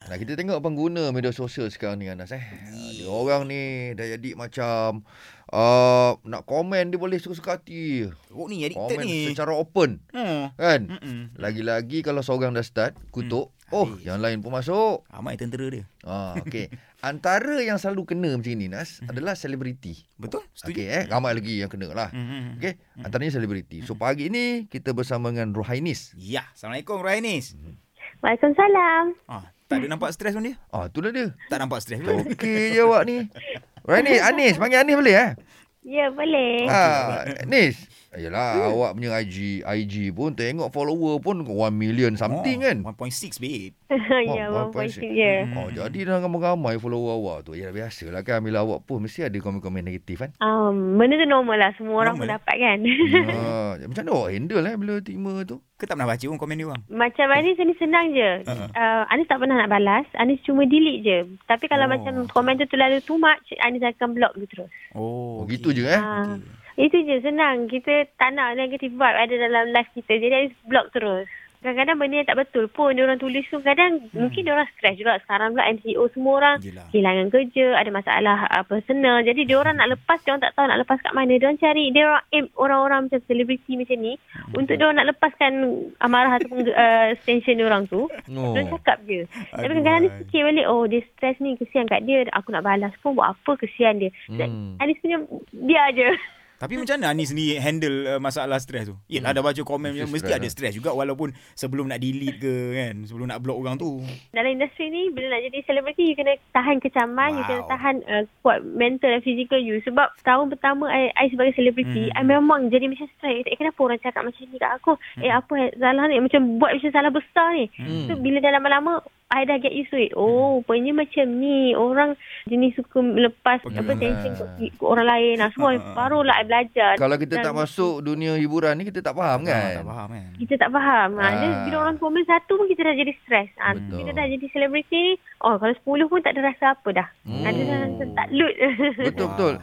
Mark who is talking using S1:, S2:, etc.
S1: Nah, kita tengok pengguna media sosial sekarang ni Anas eh. Dia orang ni dah jadi macam uh, nak komen dia boleh suka-suka hati.
S2: Oh ni addicted
S1: Komen
S2: ni.
S1: secara open
S2: Ha.
S1: kan.
S2: Mm-mm.
S1: Lagi-lagi kalau seorang dah start kutuk,
S2: Hmm,
S1: oh
S2: habis.
S1: yang lain pun masuk.
S2: Ramai tentera dia.
S1: Ah okey. Antara yang selalu kena macam ni Nas adalah selebriti.
S2: Betul? Mm. Setuju. Mm. Mm-hmm.
S1: Okey eh, ramai lagi yang kena lah.
S2: Mm-mm.
S1: Okey, antaranya selebriti.
S2: Mm.
S1: So pagi ni kita bersama dengan Ruhainis.
S2: Ya, Assalamualaikum Rainis.
S3: Waalaikumsalam.
S2: Ah, tak ada nampak stres pun dia?
S1: Ah itulah dia.
S2: Tak nampak stres pun.
S1: Okey je awak ni. Ruhainis, Anis, panggil Anis boleh eh?
S3: Ya, boleh.
S1: Ah, Anis.
S2: Hmm.
S1: Ayolah, awak punya IG IG pun tengok follower pun 1 million
S2: Oh, Ah,
S1: something kan.
S2: 1.6 babe.
S1: Wah,
S3: ya, one
S1: puan
S3: point
S1: Sri.
S3: six, ya.
S1: Oh, jadi dah ramai-ramai follower awak tu. Ya, biasalah kan bila awak pun mesti ada komen-komen negatif kan.
S3: Um, benda tu normal lah. Semua orang pun
S2: Normal, eh?
S3: dapat kan.
S1: ah, macam mana awak handle eh bila terima tu?
S2: Ke tak pernah baca pun komen dia orang.
S3: macam Anis ni senang je. Uh, Anis tak pernah nak balas. Anis cuma delete je. Tapi kalau
S2: Oh.
S3: macam komen tu terlalu too much, Anis akan block je terus.
S1: Oh,
S2: Oh,
S1: gitu je eh.
S3: Ah,
S2: Okey.
S3: Itu je, senang. Kita tak nak negative vibe ada dalam live kita. Jadi Anis block terus. Kadang-kadang benda yang tak betul pun dia orang tulis tu kadang hmm. mungkin dia orang stress juga sekarang pula NGO semua orang
S2: Yelah.
S3: kehilangan kerja, ada masalah uh, personal. Jadi dia orang nak lepas, dia orang tak tahu nak lepas kat mana. Dia orang cari dia orang aim orang-orang macam selebriti macam ni untuk dia orang nak lepaskan amarah ataupun uh, tension dia orang tu.
S1: No.
S3: Dia orang cakap je. Tapi
S2: Aduhai.
S3: kadang-kadang dia fikir balik, oh dia stres ni, kesian kat dia. Aku nak balas pun buat apa, kesian dia.
S1: Hmm.
S3: Hmm. Anis punya biar je.
S2: Tapi macam mana Ani sendiri handle uh, masalah stres tu? Yelah dah baca komen
S1: Hmm. Mesti
S2: mesti, mesti
S1: stres
S2: ada
S1: lah.
S2: stres juga walaupun sebelum nak delete ke kan, sebelum nak block orang tu.
S3: Dalam industri ni, bila nak jadi selebriti, you kena tahan kecaman, you kena
S2: Wow.
S3: tahan uh, kuat mental dan fizikal you. Sebab tahun pertama I, I sebagai
S2: Hmm.
S3: selebriti, hmm. I memang jadi macam stress. Eh, kenapa orang cakap macam ni kat aku? Eh, apa eh, salah ni? Macam buat macam salah besar ni.
S1: Hmm.
S3: So, bila dah lama-lama, I dah get used to it. Oh, rupanya macam ni. Orang jenis suka melepas apa,
S2: Pengalaman.
S3: tension ke, ke orang lain. Lah. Semua
S1: Ha,
S2: Ah.
S3: barulah I belajar.
S1: Kalau kita tak
S3: Dan-
S1: masuk dunia hiburan ni kita tak faham
S2: Ah,
S1: kan.
S2: tak faham kan.
S3: kita tak faham. Ha, dia,
S1: Ah.
S3: bila orang komen satu pun kita dah jadi stres. Ha,
S1: Betul.
S3: bila dah jadi selebriti ni, oh kalau 10 pun tak ada rasa apa dah.
S1: Hmm.
S3: Ada dah rasa tak loot.
S1: Betul
S2: Wah.
S1: betul.